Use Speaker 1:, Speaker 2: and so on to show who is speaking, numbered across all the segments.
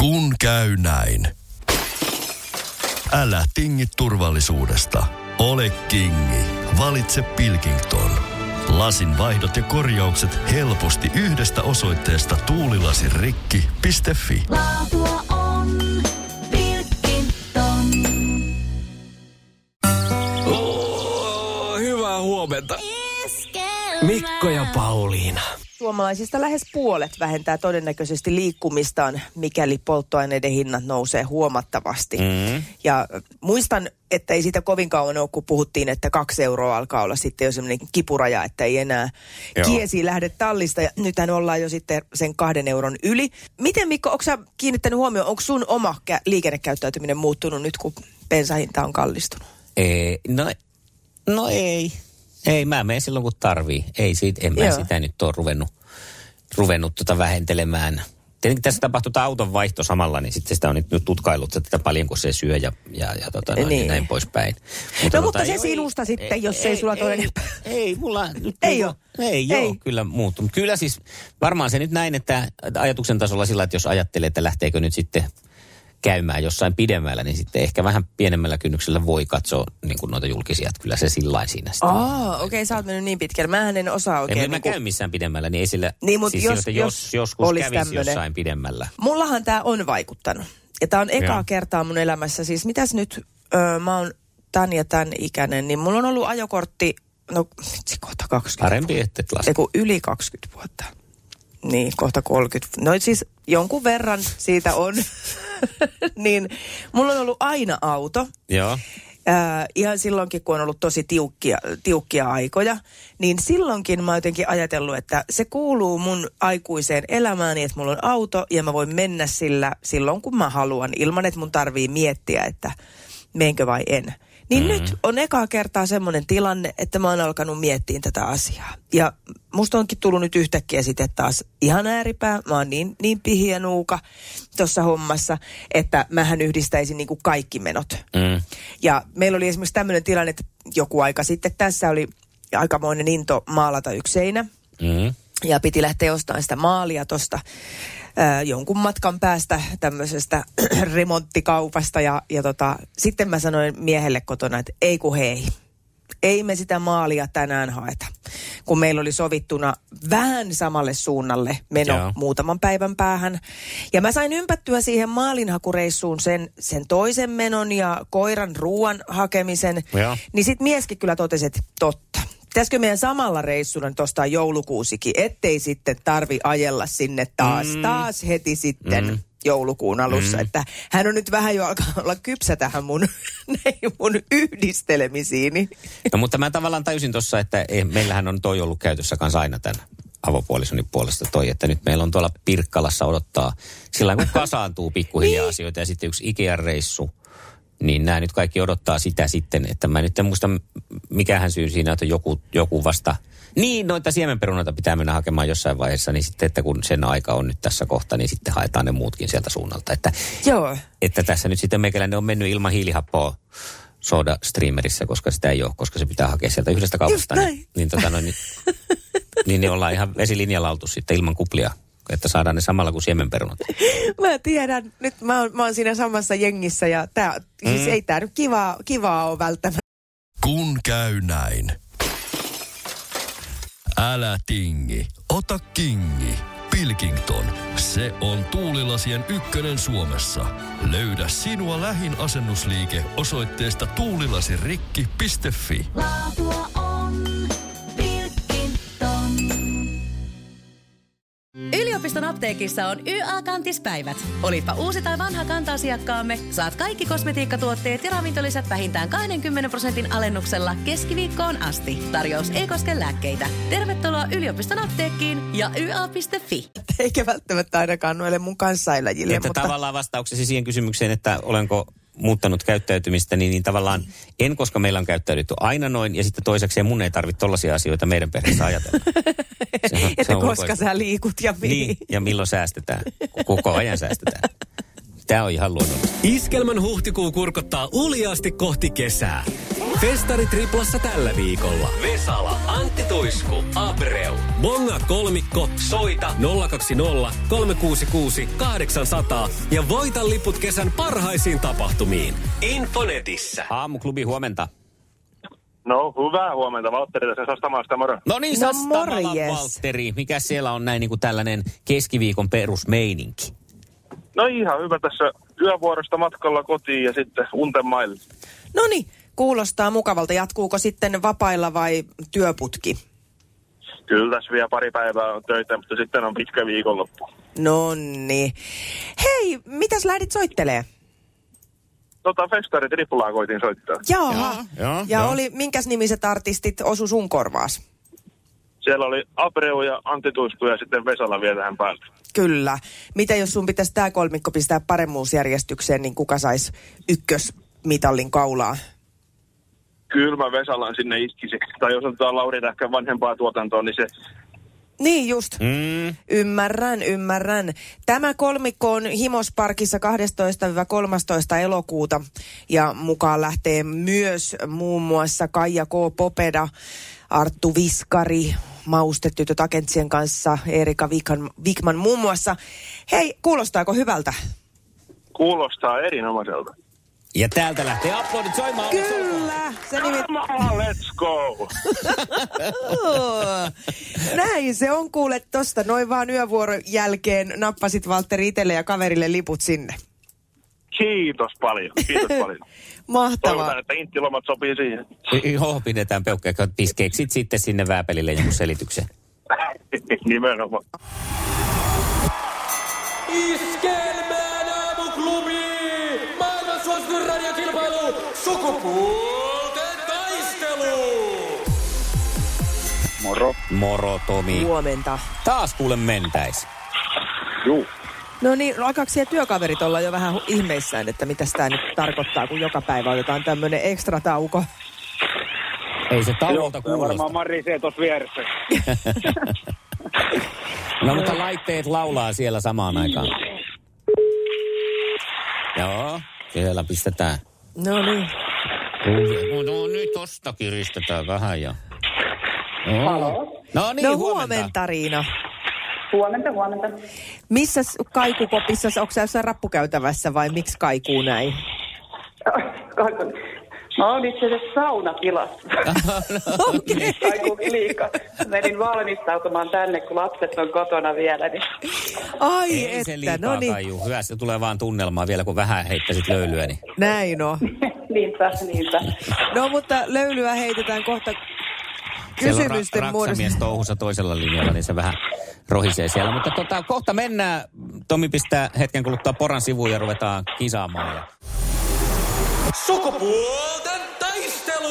Speaker 1: Kun käy näin. Älä tingi turvallisuudesta. Ole kingi. Valitse Pilkington. Lasin vaihdot ja korjaukset helposti yhdestä osoitteesta tuulilasirikki.fi.
Speaker 2: Laatua on Pilkington.
Speaker 3: Hyvää huomenta. Mikko ja Pauliina.
Speaker 4: Suomalaisista lähes puolet vähentää todennäköisesti liikkumistaan, mikäli polttoaineiden hinnat nousee huomattavasti.
Speaker 5: Mm-hmm.
Speaker 4: Mm. Ja äh, muistan, että ei siitä kovin kauan ole, kun puhuttiin, että kaksi euroa alkaa olla sitten jo semmoinen kipuraja, että ei enää
Speaker 5: Joo.
Speaker 4: Joo. kiesi lähde tallista. Ja nythän ollaan jo sitten sen kahden euron yli. Miten Mikko, onko sä kiinnittänyt huomioon, onko sun oma kä- liikennekäyttäytyminen muuttunut nyt, kun bensahinta on kallistunut?
Speaker 5: Ei, no, no ei. Ei, mä menen silloin kun tarvii. Ei siitä, en mä
Speaker 4: Joo.
Speaker 5: sitä nyt ole ruvennut, ruvennut tota vähentelemään. Tietenkin tässä tapahtuu tämä auton vaihto samalla, niin sitten sitä on nyt, nyt tutkailut, että tätä paljonko se syö ja, ja, ja tota noin, niin.
Speaker 4: Niin.
Speaker 5: näin poispäin. tota
Speaker 4: No, mutta se sinusta sitten, jos ei sulla tule enempää.
Speaker 5: Ei, mulla nyt
Speaker 4: Ei
Speaker 5: niinku-
Speaker 4: oo.
Speaker 5: Ei, joo,
Speaker 4: Ei.
Speaker 5: kyllä muuttunut. Kyllä siis varmaan se nyt näin, että että ajatuksen tasolla sillä, että jos ajattelee, että lähteekö nyt sitten käymään jossain pidemmällä, niin sitten ehkä vähän pienemmällä kynnyksellä voi katsoa niin kuin noita julkisia, että kyllä se sillain siinä sitten.
Speaker 4: Aa, okei, okay, sä oot mennyt niin pitkälle. Mähän en osaa
Speaker 5: en
Speaker 4: oikein.
Speaker 5: niin mä
Speaker 4: niinku-
Speaker 5: käy missään pidemmällä, niin ei sillä,
Speaker 4: Niin, mut
Speaker 5: siis
Speaker 4: jos-
Speaker 5: jos, että
Speaker 4: jos
Speaker 5: jos joskus
Speaker 4: olisi
Speaker 5: kävisi
Speaker 4: tämmönen.
Speaker 5: jossain pidemmällä.
Speaker 4: Mullahan tämä on vaikuttanut. Ja tämä on ekaa
Speaker 5: Joo.
Speaker 4: kertaa mun elämässä. Siis mitäs nyt, öö, mä oon tän ja tän ikäinen, niin mulla on ollut ajokortti, no vitsi, kohta 20
Speaker 5: Parempi, että et
Speaker 4: Ei
Speaker 5: laske.
Speaker 4: kun yli 20 vuotta. Niin, kohta 30. No siis jonkun verran siitä on. niin, mulla on ollut aina auto.
Speaker 5: Joo,
Speaker 4: Ää, Äh, ihan silloinkin, kun on ollut tosi tiukkia, tiukkia aikoja, niin silloinkin mä oon jotenkin ajatellut, että se kuuluu mun aikuiseen elämääni, että mulla on auto ja mä voin mennä sillä silloin, kun mä haluan, ilman että mun tarvii miettiä, että menkö vai en. Niin mm. nyt on ekaa kertaa semmoinen tilanne, että mä oon alkanut miettiä tätä asiaa. Ja musta onkin tullut nyt yhtäkkiä sitten taas ihan ääripää. Mä oon niin, niin pihiä nuuka tuossa hommassa, että mähän yhdistäisin niinku kaikki menot.
Speaker 5: mm.
Speaker 4: Ja meillä oli esimerkiksi tämmöinen tilanne, että joku aika sitten tässä oli aikamoinen into maalata yksi seinä.
Speaker 5: Mm.
Speaker 4: Ja piti lähteä ostamaan sitä maalia tuosta äh, jonkun matkan päästä tämmöisestä remonttikaupasta. Ja, ja tota, sitten mä sanoin miehelle kotona, että ei kun hei, ei me sitä maalia tänään haeta. Kun meillä oli sovittuna vähän samalle suunnalle meno
Speaker 5: Joo.
Speaker 4: Joo. muutaman päivän päähän. Ja mä sain ympättyä siihen maalinhakureissuun sen, sen toisen menon ja koiran ruoan hakemisen.
Speaker 5: Joo.
Speaker 4: Niin sit mieskin kyllä totesi, että totta. Pitäisikö meidän samalla reissulla nyt ostaa joulukuusikin, ettei sitten tarvi ajella sinne taas, mm. taas heti sitten mm. joulukuun alussa. Mm. Että hän on nyt vähän jo alkaa olla kypsä tähän mun, näihin mun niin yhdistelemisiini.
Speaker 5: No mutta mä tavallaan tajusin tuossa, että ei, meillähän on toi ollut käytössä kanssa aina tämän avopuolisoni puolesta toi, että nyt meillä on tuolla Pirkkalassa odottaa sillä lailla, kun kasaantuu pikkuhiljaa asioita ja sitten yksi Ikea-reissu, niin nämä nyt kaikki odottaa sitä sitten, että mä nyt en muista mikähän syy siinä, että joku, joku vasta, niin noita siemenperunoita pitää mennä hakemaan jossain vaiheessa, niin sitten, että kun sen aika on nyt tässä kohta, niin sitten haetaan ne muutkin sieltä suunnalta, että
Speaker 4: Joo.
Speaker 5: että tässä nyt sitten meikäläinen on mennyt ilman hiilihappoa soda streamerissä, koska sitä ei ole, koska se pitää hakea sieltä yhdestä kaupasta.
Speaker 4: Just
Speaker 5: Niin,
Speaker 4: näin.
Speaker 5: niin, tota noin, niin, niin, niin ollaan ihan vesilinjalla oltu sitten ilman kuplia, että saadaan ne samalla kuin siemenperunat.
Speaker 4: Mä tiedän, nyt mä oon, mä oon siinä samassa jengissä ja tää, mm. siis ei tää nyt kivaa, kivaa ole välttämättä.
Speaker 1: Kun käy näin. Älä tingi, ota kingi. Pilkington, se on tuulilasien ykkönen Suomessa. Löydä sinua lähin asennusliike osoitteesta tuulilasirikki.fi.
Speaker 2: Laatua on Pilkington.
Speaker 6: Yliopiston apteekissa on YA-kantispäivät. Olipa uusi tai vanha kanta-asiakkaamme, saat kaikki kosmetiikkatuotteet ja ravintolisät vähintään 20 prosentin alennuksella keskiviikkoon asti. Tarjous ei koske lääkkeitä. Tervetuloa yliopiston apteekkiin ja YA.fi.
Speaker 4: Eikä välttämättä ainakaan noille mun kanssaeläjille.
Speaker 5: Että mutta... tavallaan vastauksesi siihen kysymykseen, että olenko muuttanut käyttäytymistä, niin, niin tavallaan en, koska meillä on käyttäydytty aina noin, ja sitten toisekseen mun ei tarvitse tollaisia asioita meidän perheessä ajatella. Niin, Se on- se
Speaker 4: että
Speaker 5: on
Speaker 4: koska
Speaker 5: ulkoista.
Speaker 4: Niin. sä liikut ja mihin.
Speaker 5: Niin, ja milloin säästetään? Koko ajan säästetään. Tämä on ihan luonnollista.
Speaker 3: Iskelmän huhtikuu kurkottaa uljaasti kohti kesää. Festari triplassa tällä viikolla. Vesala, Antti Tuisku, Abreu. Bonga kolmikko, soita 020 366 800 ja voita liput kesän parhaisiin tapahtumiin. Infonetissä.
Speaker 5: Aamuklubi huomenta.
Speaker 7: No, hyvää huomenta. Valtteri tässä Sastamaasta, moro.
Speaker 5: No niin,
Speaker 4: No
Speaker 5: Sastamalan
Speaker 4: morjes.
Speaker 5: Valtteri. Mikä siellä on näin niin kuin tällainen keskiviikon perusmeininki?
Speaker 7: No ihan hyvä tässä yövuorosta matkalla kotiin ja sitten unten maille.
Speaker 4: No niin, kuulostaa mukavalta. Jatkuuko sitten vapailla vai työputki?
Speaker 7: Kyllä tässä vielä pari päivää on töitä, mutta sitten on pitkä viikonloppu.
Speaker 4: No niin. Hei, mitäs lähdit soittelee?
Speaker 7: Tota, festari triplaa koitin soittaa.
Speaker 4: Jaha.
Speaker 5: Joo, joo,
Speaker 4: ja
Speaker 5: joo.
Speaker 4: oli, minkäs nimiset artistit osu sun korvaas?
Speaker 7: Siellä oli Abreu ja Antti Tuisku ja sitten Vesala vielä tähän päälle.
Speaker 4: Kyllä. Mitä jos sun pitäisi tämä kolmikko pistää paremmuusjärjestykseen, niin kuka saisi ykkösmitallin kaulaa?
Speaker 7: Kyllä mä Vesalan sinne iskisin. Tai jos otetaan Lauri Tähkän vanhempaa tuotantoa, niin se...
Speaker 4: Niin just.
Speaker 5: Mm.
Speaker 4: Ymmärrän, ymmärrän. Tämä kolmikko on Himosparkissa 12-13 elokuuta ja mukaan lähtee myös muun muassa Kaija K. Popeda, Arttu Viskari, maustetytöt agentsien kanssa, Erika Vikman, Vikman muun muassa. Hei, kuulostaako hyvältä?
Speaker 7: Kuulostaa erinomaiselta.
Speaker 5: Ja täältä lähtee aplodit soimaan.
Speaker 4: Kyllä, se nimi...
Speaker 7: Come on, let's go!
Speaker 4: Näin se on kuule tosta, noin vaan yövuoron jälkeen nappasit Valtteri itselle ja kaverille liput sinne.
Speaker 7: Kiitos paljon, kiitos paljon.
Speaker 4: Mahtavaa.
Speaker 7: Toivotaan, että intilomat sopii siihen.
Speaker 5: Y- Joo, pidetään peukkoja. Piskeksit sitten sinne vääpelille jonkun selityksen.
Speaker 7: Nimenomaan.
Speaker 8: Iskelmään aamuklubi! Maailman suosituin radiokilpailu! Sukupuolten taistelu!
Speaker 7: Moro.
Speaker 5: Moro Tomi.
Speaker 4: Huomenta.
Speaker 5: Taas kuule mentäis.
Speaker 7: Juu.
Speaker 4: No niin, no alkaako siellä työkaverit olla jo vähän hu- ihmeissään, että mitä tämä nyt tarkoittaa, kun joka päivä otetaan tämmöinen ekstra tauko?
Speaker 5: Ei se taululta kuulosta.
Speaker 7: marisee tuossa vieressä.
Speaker 5: No mutta laitteet laulaa siellä samaan aikaan. Joo, siellä pistetään.
Speaker 4: No niin.
Speaker 5: No, no nyt tosta kiristetään vähän ja... Joo. No niin,
Speaker 4: No
Speaker 5: huomenta.
Speaker 4: huomenta, Riina.
Speaker 9: Huomenta, huomenta.
Speaker 4: Missä kaikukopissa, onko sä jossain rappukäytävässä vai miksi kaikuu näin?
Speaker 9: Mä oon itse asiassa saunatilassa.
Speaker 4: Okei.
Speaker 9: Kaikuu liikaa. Menin valmistautumaan tänne, kun lapset on kotona vielä. Niin.
Speaker 4: Ai
Speaker 5: Ei
Speaker 4: että,
Speaker 5: se liikaa
Speaker 4: no niin,
Speaker 5: kaiju. Hyvä, se tulee vaan tunnelmaa vielä, kun vähän heittäisit löylyä, niin...
Speaker 4: näin on.
Speaker 9: niinpä, niinpä.
Speaker 4: No mutta löylyä heitetään kohta
Speaker 5: Siellä on
Speaker 4: kysymysten
Speaker 5: ra-
Speaker 4: muodossa.
Speaker 5: raksamies touhussa toisella linjalla, niin se vähän rohisee siellä. Mutta tota, kohta mennään. Tomi pistää hetken kuluttua poran sivuun ja ruvetaan kisaamaan. Ja
Speaker 8: Sukupuolten taistelu!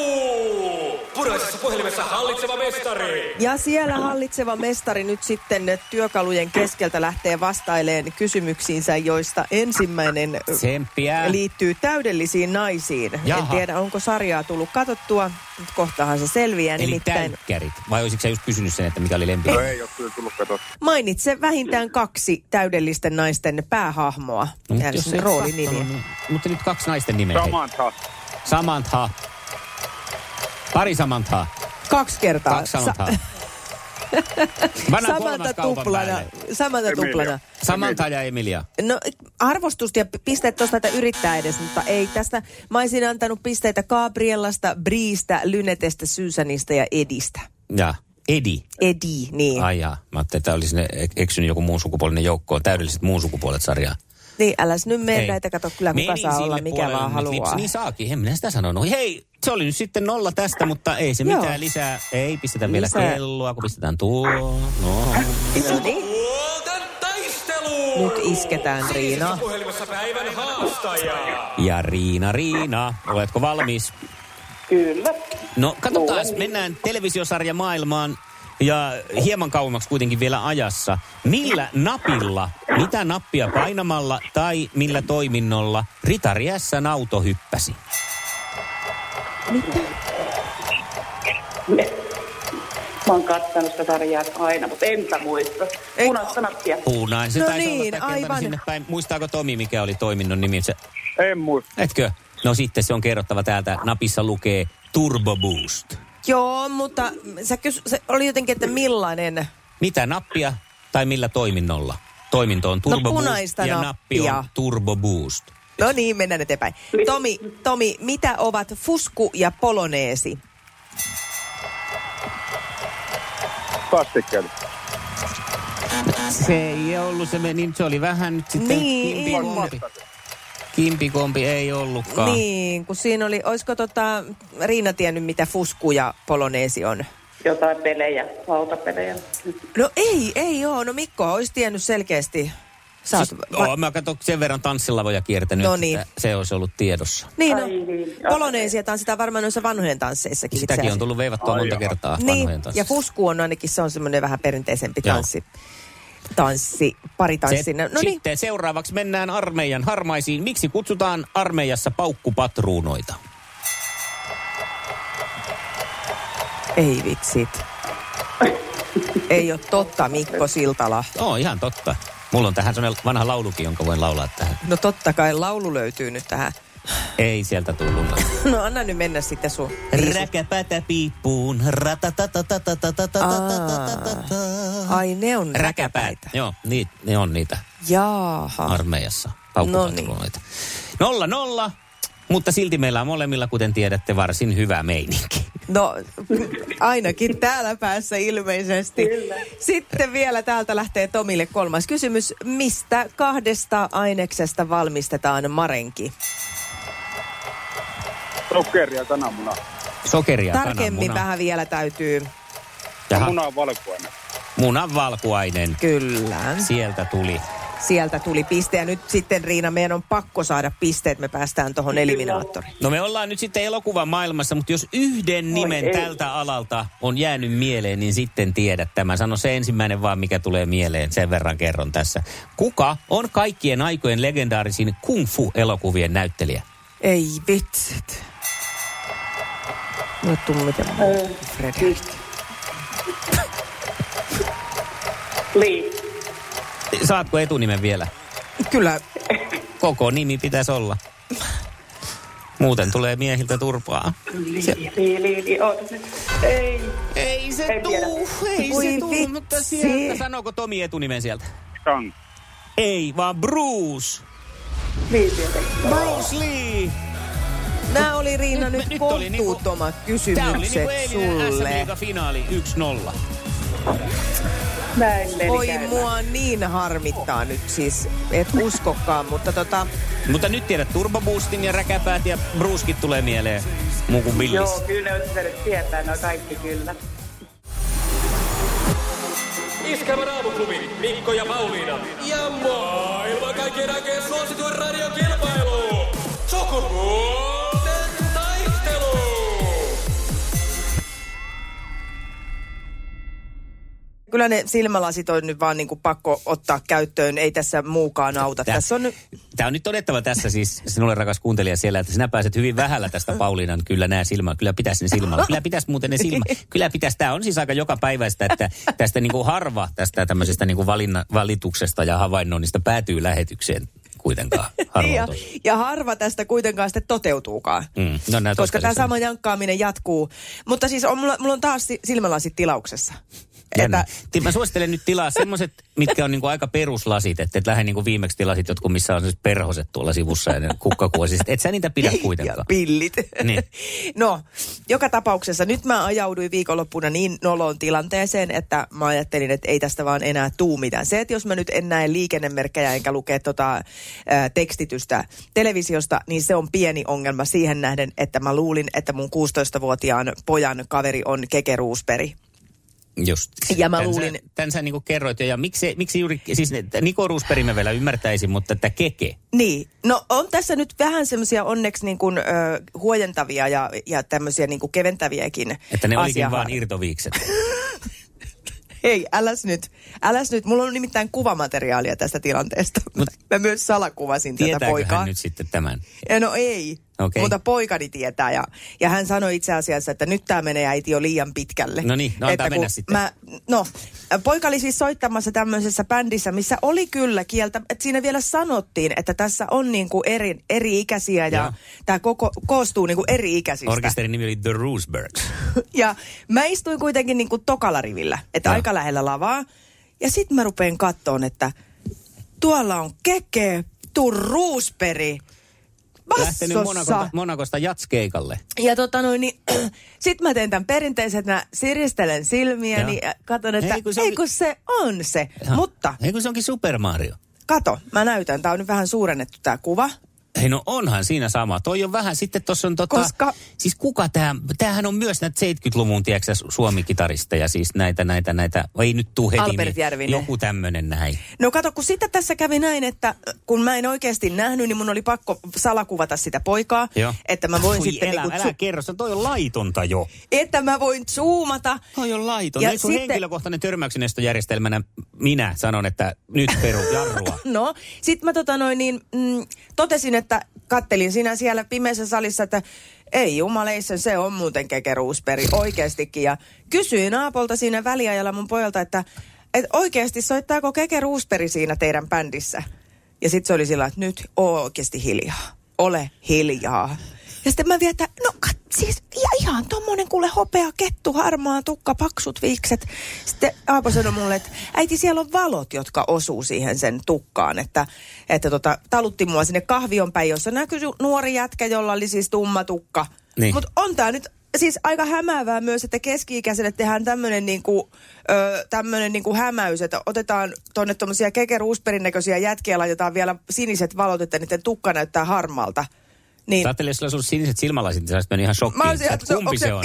Speaker 8: Puraisessa puhelimessa hallitseva mestari!
Speaker 4: Ja siellä hallitseva mestari nyt sitten työkalujen keskeltä lähtee vastaileen kysymyksiinsä, joista ensimmäinen ö,
Speaker 5: Tsemppiä.
Speaker 4: liittyy täydellisiin naisiin. En
Speaker 5: Jaha.
Speaker 4: tiedä, onko sarjaa tullut katsottua, mutta kohtahan se selviää
Speaker 5: Eli
Speaker 4: nimittäin.
Speaker 5: täykkärit. Vai olisitko sä just kysynyt sen, että mikä oli lempi?
Speaker 7: No ei ole kyllä tullut kato.
Speaker 4: Mainitse vähintään kaksi täydellisten naisten päähahmoa.
Speaker 5: No,
Speaker 4: No,
Speaker 5: jos
Speaker 4: Tässä
Speaker 5: ei
Speaker 4: rooli
Speaker 5: katsonut,
Speaker 4: nimi.
Speaker 5: niin- Mutta nyt kaksi naisten nimeä.
Speaker 7: Samantha.
Speaker 5: Samantha. Pari Samanthaa.
Speaker 4: Kaksi kertaa.
Speaker 5: Kaksi Samanthaa. Vanha
Speaker 4: Samanta
Speaker 5: kolmas kaupan
Speaker 4: tuplana.
Speaker 5: päälle.
Speaker 4: Samanta
Speaker 7: Emilia.
Speaker 4: tuplana.
Speaker 5: Samantha ja Emilia.
Speaker 4: No arvostusta ja p- pisteet tuosta, että yrittää edes, mutta ei tästä. Mä olisin antanut pisteitä Gabriellasta, Briistä, Lynetestä, Susanista ja Edistä.
Speaker 5: Ja Edi.
Speaker 4: Edi, niin. Ai.
Speaker 5: Ai jaa. Mä ajattelin, että olisi ne eksynyt joku muun sukupuolinen joukkoon. Täydelliset muun sukupuolet sarjaa.
Speaker 4: Niin, äläs nyt mene
Speaker 5: Ei.
Speaker 4: näitä, kato kyllä kuka
Speaker 5: Menin
Speaker 4: saa
Speaker 5: sille
Speaker 4: olla, mikä
Speaker 5: puolelle,
Speaker 4: vaan
Speaker 5: nyt
Speaker 4: haluaa.
Speaker 5: lipsi. Niin saakin, en minä sitä sanonut. Hei, se oli nyt sitten nolla tästä, mutta ei se
Speaker 4: Joo.
Speaker 5: mitään lisää. Ei pistetä vielä
Speaker 4: Lisää.
Speaker 5: kelloa, kun pistetään tuo. No.
Speaker 4: No niin.
Speaker 8: Sukupuolten taistelu!
Speaker 5: niin.
Speaker 4: Nyt isketään,
Speaker 8: Sinisessä
Speaker 4: Riina.
Speaker 8: puhelimessa päivän haastaja!
Speaker 5: Ja Riina, Riina, oletko valmis?
Speaker 9: Kyllä.
Speaker 5: No katsotaan, mennään televisiosarja maailmaan ja hieman kauemmaksi kuitenkin vielä ajassa. Millä napilla, mitä nappia painamalla tai millä toiminnolla Ritari S:n auto hyppäsi?
Speaker 9: Mä oon kattanut sitä sarjaa aina, mutta enpä muista.
Speaker 4: Ei-
Speaker 9: Punaista nappia.
Speaker 5: Puunainen.
Speaker 4: No
Speaker 5: taisi olla
Speaker 4: niin,
Speaker 5: tää kenttä
Speaker 4: aivan.
Speaker 5: Sinne päin. Muistaako Tomi, mikä oli toiminnon nimi? Se,
Speaker 7: En muista.
Speaker 5: etkö? No sitten se on kerrottava täältä. Napissa lukee Turbo Boost.
Speaker 4: Joo, mutta sä kysy, se oli jotenkin, että millainen.
Speaker 5: Mitä nappia tai millä toiminnolla? Toiminto on Turbo Boost
Speaker 4: No punaista
Speaker 5: ja nappi on
Speaker 4: nappia.
Speaker 5: Turbo Boost.
Speaker 4: No niin, mennään eteenpäin. Tomi, Tomi, mitä ovat fusku ja poloneesi?
Speaker 7: Kastikkeet.
Speaker 5: Se ei ollut, se, niin se oli vähän nyt
Speaker 4: sitten Niin. kimpikompi.
Speaker 5: Kimpikompi ei ollutkaan.
Speaker 4: Niin, kun siinä oli, olisiko tota, Riina tiennyt, mitä fusku ja poloneesi on?
Speaker 9: Jotain pelejä, lautapelejä.
Speaker 4: No ei, ei oo. No Mikko, olisi tiennyt selkeästi. Sä oot,
Speaker 5: Siis,
Speaker 4: va-
Speaker 5: oo, mä katson sen verran tanssilavoja kiertänyt,
Speaker 4: No
Speaker 5: että
Speaker 4: niin.
Speaker 5: se olisi ollut tiedossa.
Speaker 4: Niin,
Speaker 9: Ai
Speaker 4: no,
Speaker 9: niin, joo.
Speaker 4: poloneesia tanssitaan varmaan noissa vanhojen tansseissakin. sit
Speaker 5: Sitäkin
Speaker 4: se
Speaker 5: on
Speaker 4: asia.
Speaker 5: tullut veivattua monta
Speaker 7: Ai
Speaker 5: kertaa vanhojen
Speaker 4: Niin,
Speaker 5: tanssissa.
Speaker 4: ja fusku on ainakin, se on semmoinen vähän perinteisempi
Speaker 5: Joo.
Speaker 4: tanssi. Tanssi, pari
Speaker 5: Se-
Speaker 4: tanssi. No niin,
Speaker 5: Sitten seuraavaksi mennään armeijan harmaisiin. Miksi kutsutaan armeijassa paukkupatruunoita?
Speaker 4: ei vitsit. ei ole totta, Mikko Siltala.
Speaker 5: Joo, No, ihan totta. Mulla on tähän sellainen vanha laulukin, jonka voin laulaa tähän.
Speaker 4: No totta kai laulu löytyy nyt tähän.
Speaker 5: Ei sieltä tullut.
Speaker 4: No anna nyt mennä sitten sun. biisi.
Speaker 5: Räkäpätä piippuun, ratatatatatatatatatatata.
Speaker 4: Ai ne on räkäpäitä. Ah.
Speaker 5: Joo, niit, ne on niitä
Speaker 4: Jaaha.
Speaker 5: armeijassa,
Speaker 4: No
Speaker 5: paukkupatruunoita. Nolla nolla, mutta silti meillä on molemmilla, kuten tiedätte, varsin hyvä meininki.
Speaker 4: No ainakin täällä päässä ilmeisesti. Sitten vielä täältä lähtee Tomille kolmas kysymys. Mistä kahdesta aineksesta valmistetaan marenki?
Speaker 7: Sokeria kananmuna.
Speaker 5: Sokeria,
Speaker 4: Tarkemmin
Speaker 5: kananmuna
Speaker 4: vähän vielä täytyy.
Speaker 5: ja ha-
Speaker 7: Muna on valkoinen.
Speaker 5: munan valkuainen.
Speaker 4: Kyllä.
Speaker 5: Sieltä tuli.
Speaker 4: Sieltä tuli piste ja nyt sitten Riina, meidän on pakko saada pisteet, me päästään tuohon eliminaattoriin.
Speaker 5: No me ollaan nyt sitten elokuvan maailmassa, mutta jos yhden nimen
Speaker 9: ei.
Speaker 5: tältä alalta on jäänyt mieleen, niin sitten tiedät tämä. Sano se ensimmäinen vaan, mikä tulee mieleen. Sen verran kerron tässä. Kuka on kaikkien aikojen legendaarisin kung fu-elokuvien näyttelijä?
Speaker 4: Ei vitsit. Mulle tullut mitään muuta. Frederik.
Speaker 9: Lii.
Speaker 5: Saatko etunimen vielä?
Speaker 4: Kyllä,
Speaker 5: Koko nimi pitäisi olla. Muuten tulee miehiltä turpaa.
Speaker 9: Lii, lii, lii, lii. Ootas nyt. Ei.
Speaker 5: Ei se
Speaker 9: En tiedä.
Speaker 5: tuu, ei
Speaker 4: Voi
Speaker 5: se tuu, mutta
Speaker 4: vitsi.
Speaker 5: sieltä. Sanooko Tomi etunimen sieltä?
Speaker 7: Kang.
Speaker 5: Ei, vaan Bruce.
Speaker 9: Lii tietenkin.
Speaker 5: Bruce Lee.
Speaker 4: Nämä oli Riina nyt,
Speaker 5: me- nyt oli niinku-
Speaker 4: kohtuuttomat
Speaker 5: Tämä oli niinku
Speaker 4: kysymykset
Speaker 5: eilinen
Speaker 4: sulle.
Speaker 5: SM-liiga-finaali 1-0.
Speaker 9: Näin meni
Speaker 4: Voi
Speaker 9: käymään.
Speaker 4: mua niin harmittaa nyt siis, et uskokaan, mutta tota,
Speaker 5: Mutta nyt tiedät Turbo Boostin ja räkäpäät ja Bruskit tulee mieleen. Muu kuin Billis.
Speaker 9: Joo, kyllä jos sitä nyt tietää, no kaikki kyllä.
Speaker 8: Iskävän aamuklubi, Mikko ja Pauliina. Ja maailman kaikkien aikeen suosituen radiokilpailu. Sukupuolten taistelu.
Speaker 4: kyllä ne silmälasit on nyt vaan niinku pakko ottaa käyttöön, ei tässä muukaan auta.
Speaker 5: Tää-
Speaker 4: Tässä on nyt,
Speaker 5: Tämä on nyt todettava tässä siis sinulle rakas kuuntelija siellä, että sinä pääset hyvin vähällä tästä Pauliinan kyllä nämä silmä, kyllä pitäisi ne silmällä, kyllä pitäisi muuten ne silmä, kyllä pitäisi, tämä on siis aika joka päiväistä, että tästä niin kuin harva tästä tämmöisestä niin kuin valinna, valituksesta ja havainnoinnista päätyy lähetykseen kuitenkaan
Speaker 4: Niin, ja,
Speaker 5: harvoin.
Speaker 4: ja harva tästä kuitenkaan sitten toteutuukaan.
Speaker 5: Mm. No, näytä
Speaker 4: koska tämä
Speaker 5: Oscarissa.
Speaker 4: sama jankkaaminen jatkuu. Mutta siis on, mulla, mulla on taas si- silmälasit tilauksessa.
Speaker 5: Jännä. Ti- Mä suosittelen nyt tilaa semmoset, mitkä on niinku aika peruslasit, että et lähde niinku viimeksi tilasit jotkut, missä on sellaiset perhoset tuolla sivussa ja ne kukkakuosiset. Et sä niitä pidä
Speaker 4: Ja
Speaker 5: kuitenkaan.
Speaker 4: pillit.
Speaker 5: Niin.
Speaker 4: No, joka tapauksessa nyt mä ajauduin viikonloppuna niin noloon tilanteeseen, että mä ajattelin, että ei tästä vaan enää tuu mitään. Se, että jos mä nyt en näe liikennemerkkejä enkä lukee tota, ää, tekstitystä televisiosta, niin se on pieni ongelma siihen nähden, että mä luulin, että mun 16-vuotiaan pojan kaveri on Keke Ruusperi.
Speaker 5: Just.
Speaker 4: Ja mä
Speaker 5: Tän
Speaker 4: luulin-
Speaker 5: Sä, tän sä niinku kerroit jo. Ja miksi, miksi juuri, siis ne- t- Niko Ruusperi mä vielä ymmärtäisin, mutta että keke.
Speaker 4: Niin, no on tässä nyt vähän semmoisia onneksi niin kuin, ö, huojentavia ja, ja tämmöisiä niin kuin keventäviäkin
Speaker 5: Että ne olikin
Speaker 4: asiaa-
Speaker 5: vaan irtoviikset.
Speaker 4: Hei, äläs nyt, äläs nyt. Mulla on nimittäin kuvamateriaalia tästä tilanteesta.
Speaker 5: Mut-
Speaker 4: Mut, mä myös salakuvasin tätä
Speaker 5: Tietääkö
Speaker 4: poikaa.
Speaker 5: hän nyt sitten tämän?
Speaker 4: Ja no ei,
Speaker 5: Okei.
Speaker 4: Mutta poikani tietää ja, ja hän sanoi itse asiassa, että nyt tämä menee äiti jo liian pitkälle.
Speaker 5: No niin, no antaa
Speaker 4: Että kun
Speaker 5: mennä sitten.
Speaker 4: Mä, no, poika oli siis soittamassa tämmöisessä bändissä, missä oli kyllä kieltä, että siinä vielä sanottiin, että tässä on niinku eri, eri ikäisiä ja,
Speaker 5: Joo.
Speaker 4: ja. tämä koko, koostuu niinku eri ikäisistä.
Speaker 5: Orkesterin nimi oli The Roosbergs.
Speaker 4: Ja mä istuin kuitenkin niin kuin tokalla rivillä, että
Speaker 5: Joo.
Speaker 4: aika lähellä lavaa. Ja sit mä rupeen kattoon, että tuolla on keke, tuu ruusperi.
Speaker 5: Lähtenyt
Speaker 4: Bassossa.
Speaker 5: Monakosta, Monakosta jatskeikalle.
Speaker 4: Ja tota noin, niin sit mä teen tämän perinteisen, että mä siristelen silmiäni
Speaker 5: Joo.
Speaker 4: ja katson, että ei kun se, ei,
Speaker 5: on-
Speaker 4: kun se on se.
Speaker 5: Joo.
Speaker 4: Mutta
Speaker 5: Ei kun se onkin Super Mario.
Speaker 4: kato, mä näytän, tää on nyt vähän suurennettu tää kuva.
Speaker 5: Hei no onhan siinä sama. Toi on vähän sitten tuossa on tota,
Speaker 4: Koska-
Speaker 5: siis kuka tää, tämähän on myös näitä 70-luvun, tiedätkö suomikitaristeja, siis näitä, näitä, näitä, ei nyt tuu heti. niin
Speaker 4: Albert Järvinen.
Speaker 5: Joku tämmönen näin.
Speaker 4: No kato, kun sitä tässä kävi näin, että kun mä en oikeasti nähnyt, niin mun oli pakko salakuvata sitä poikaa,
Speaker 5: Joo.
Speaker 4: että mä voin
Speaker 5: Voi
Speaker 4: sitten
Speaker 5: elä,
Speaker 4: niinku
Speaker 5: älä
Speaker 4: tsu-
Speaker 5: kerro, se on- toi on laitonta jo.
Speaker 4: että mä voin zoomata.
Speaker 5: Toi on laiton.
Speaker 4: Ja
Speaker 5: Ja sun
Speaker 4: sitten-
Speaker 5: sitten... henkilökohtainen törmäyksen estojärjestelmänä minä sanon, että nyt peru jarrua.
Speaker 4: No, sit mä tota noin niin, mm, totesin, että kattelin sinä siellä pimeässä salissa, että ei jumaleissa, se on muuten kekeruusperi oikeastikin. Ja kysyin Aapolta siinä väliajalla mun pojalta, että et oikeasti soittaako kekeruusperi siinä teidän bändissä? Ja sit se oli sillä, että nyt oo oikeasti hiljaa. Ole hiljaa. Ja sitten mä vietän, no kat, siis ja ihan tommonen kuule hopea kettu, harmaa tukka, paksut viikset. Sitten Aapo sanoi mulle, että äiti siellä on valot, jotka osuu siihen sen tukkaan. Että, että tota, talutti mua sinne kahvion päin, jossa näkyi su- nuori jätkä, jolla oli siis tumma tukka.
Speaker 5: Niin.
Speaker 4: Mutta on tää nyt siis aika hämäävää myös, että keski-ikäiselle tehdään tämmöinen niinku, ö, tämmönen niinku hämäys, että otetaan tonne tommosia kekeruusperin näköisiä jätkiä ja laitetaan vielä siniset valot, että niiden tukka näyttää harmalta. Niin,
Speaker 5: Sä ajattelin, jos sulla on siniset silmälasit, niin sä olisit mennyt ihan shokkiin.
Speaker 4: Mä olisin, että
Speaker 5: Sä, että
Speaker 4: se- onko
Speaker 5: kumpi
Speaker 4: se-
Speaker 5: se on?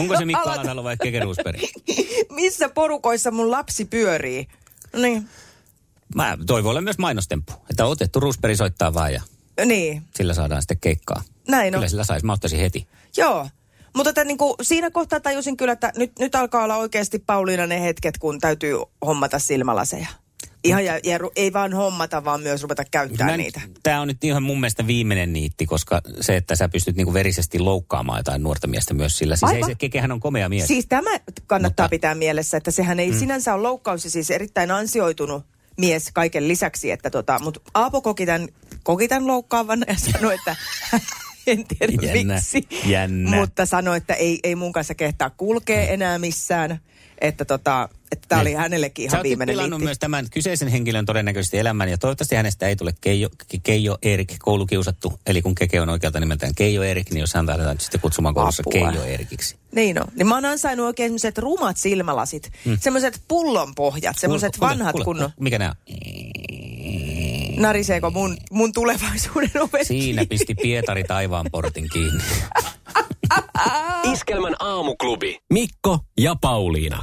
Speaker 5: Onko se Mikko
Speaker 4: Alat-
Speaker 5: Alatalo vai Keke Roosberg?
Speaker 4: missä porukoissa mun lapsi pyörii? Niin,
Speaker 5: Mä toivon olla myös mainostemppu, että on otettu Roosberg soittaa vaan ja
Speaker 4: niin,
Speaker 5: sillä saadaan sitten keikkaa.
Speaker 4: näin on.
Speaker 5: Kyllä sillä saisi, mä ottaisin heti.
Speaker 4: Joo. Mutta tämän, niin kuin, siinä kohtaa tajusin kyllä, että nyt, nyt alkaa olla oikeasti Pauliina ne hetket, kun täytyy hommata silmälaseja. Ihan ja, ja ru- ei vaan hommata, vaan myös ruveta käyttämään niitä.
Speaker 5: Tämä on nyt ihan mun mielestä viimeinen niitti, koska se, että sä pystyt niinku verisesti loukkaamaan jotain nuorta miestä myös sillä. Siis ei
Speaker 4: Aivan.
Speaker 5: se, kekehän on komea mies.
Speaker 4: Siis tämä kannattaa
Speaker 5: Mutta-
Speaker 4: pitää mielessä, että sehän ei mm. sinänsä ole loukkaus ja siis erittäin ansioitunut mies kaiken lisäksi. Että tota, mutta Aapo koki tämän, koki tämän loukkaavan ja sanoi, että en tiedä
Speaker 5: Jännä,
Speaker 4: miksi.
Speaker 5: jännä. Mm.
Speaker 4: Mutta sanoi, että ei, ei mun kanssa kehtaa kulkee enää missään. Että tota, että tämä oli
Speaker 5: Niin.
Speaker 4: hänellekin
Speaker 5: Sä
Speaker 4: ihan
Speaker 5: oot
Speaker 4: viimeinen
Speaker 5: pilannut
Speaker 4: liitti.
Speaker 5: myös tämän kyseisen henkilön todennäköisesti elämän ja toivottavasti hänestä ei tule Keijo, Keijo Erik, koulukiusattu. Eli kun Keke on oikealta nimeltään Keijo Erik, niin jos häntä aletaan nyt sitten kutsumaan koulussa
Speaker 4: Apua.
Speaker 5: Keijo Erikiksi.
Speaker 4: Niin on. Niin mä oon ansainnut oikein semmoiset rumat silmälasit. Mm. Semmoiset pullonpohjat, semmoiset
Speaker 5: Kuule,
Speaker 4: vanhat
Speaker 5: kuule,
Speaker 4: kunnon.
Speaker 5: Mikä nämä on?
Speaker 4: Nariseeko mun, mun tulevaisuuden ovet
Speaker 5: Siinä pisti Pietari taivaan portin kiinni.
Speaker 3: Iskelmän aamuklubi. Mikko ja Pauliina.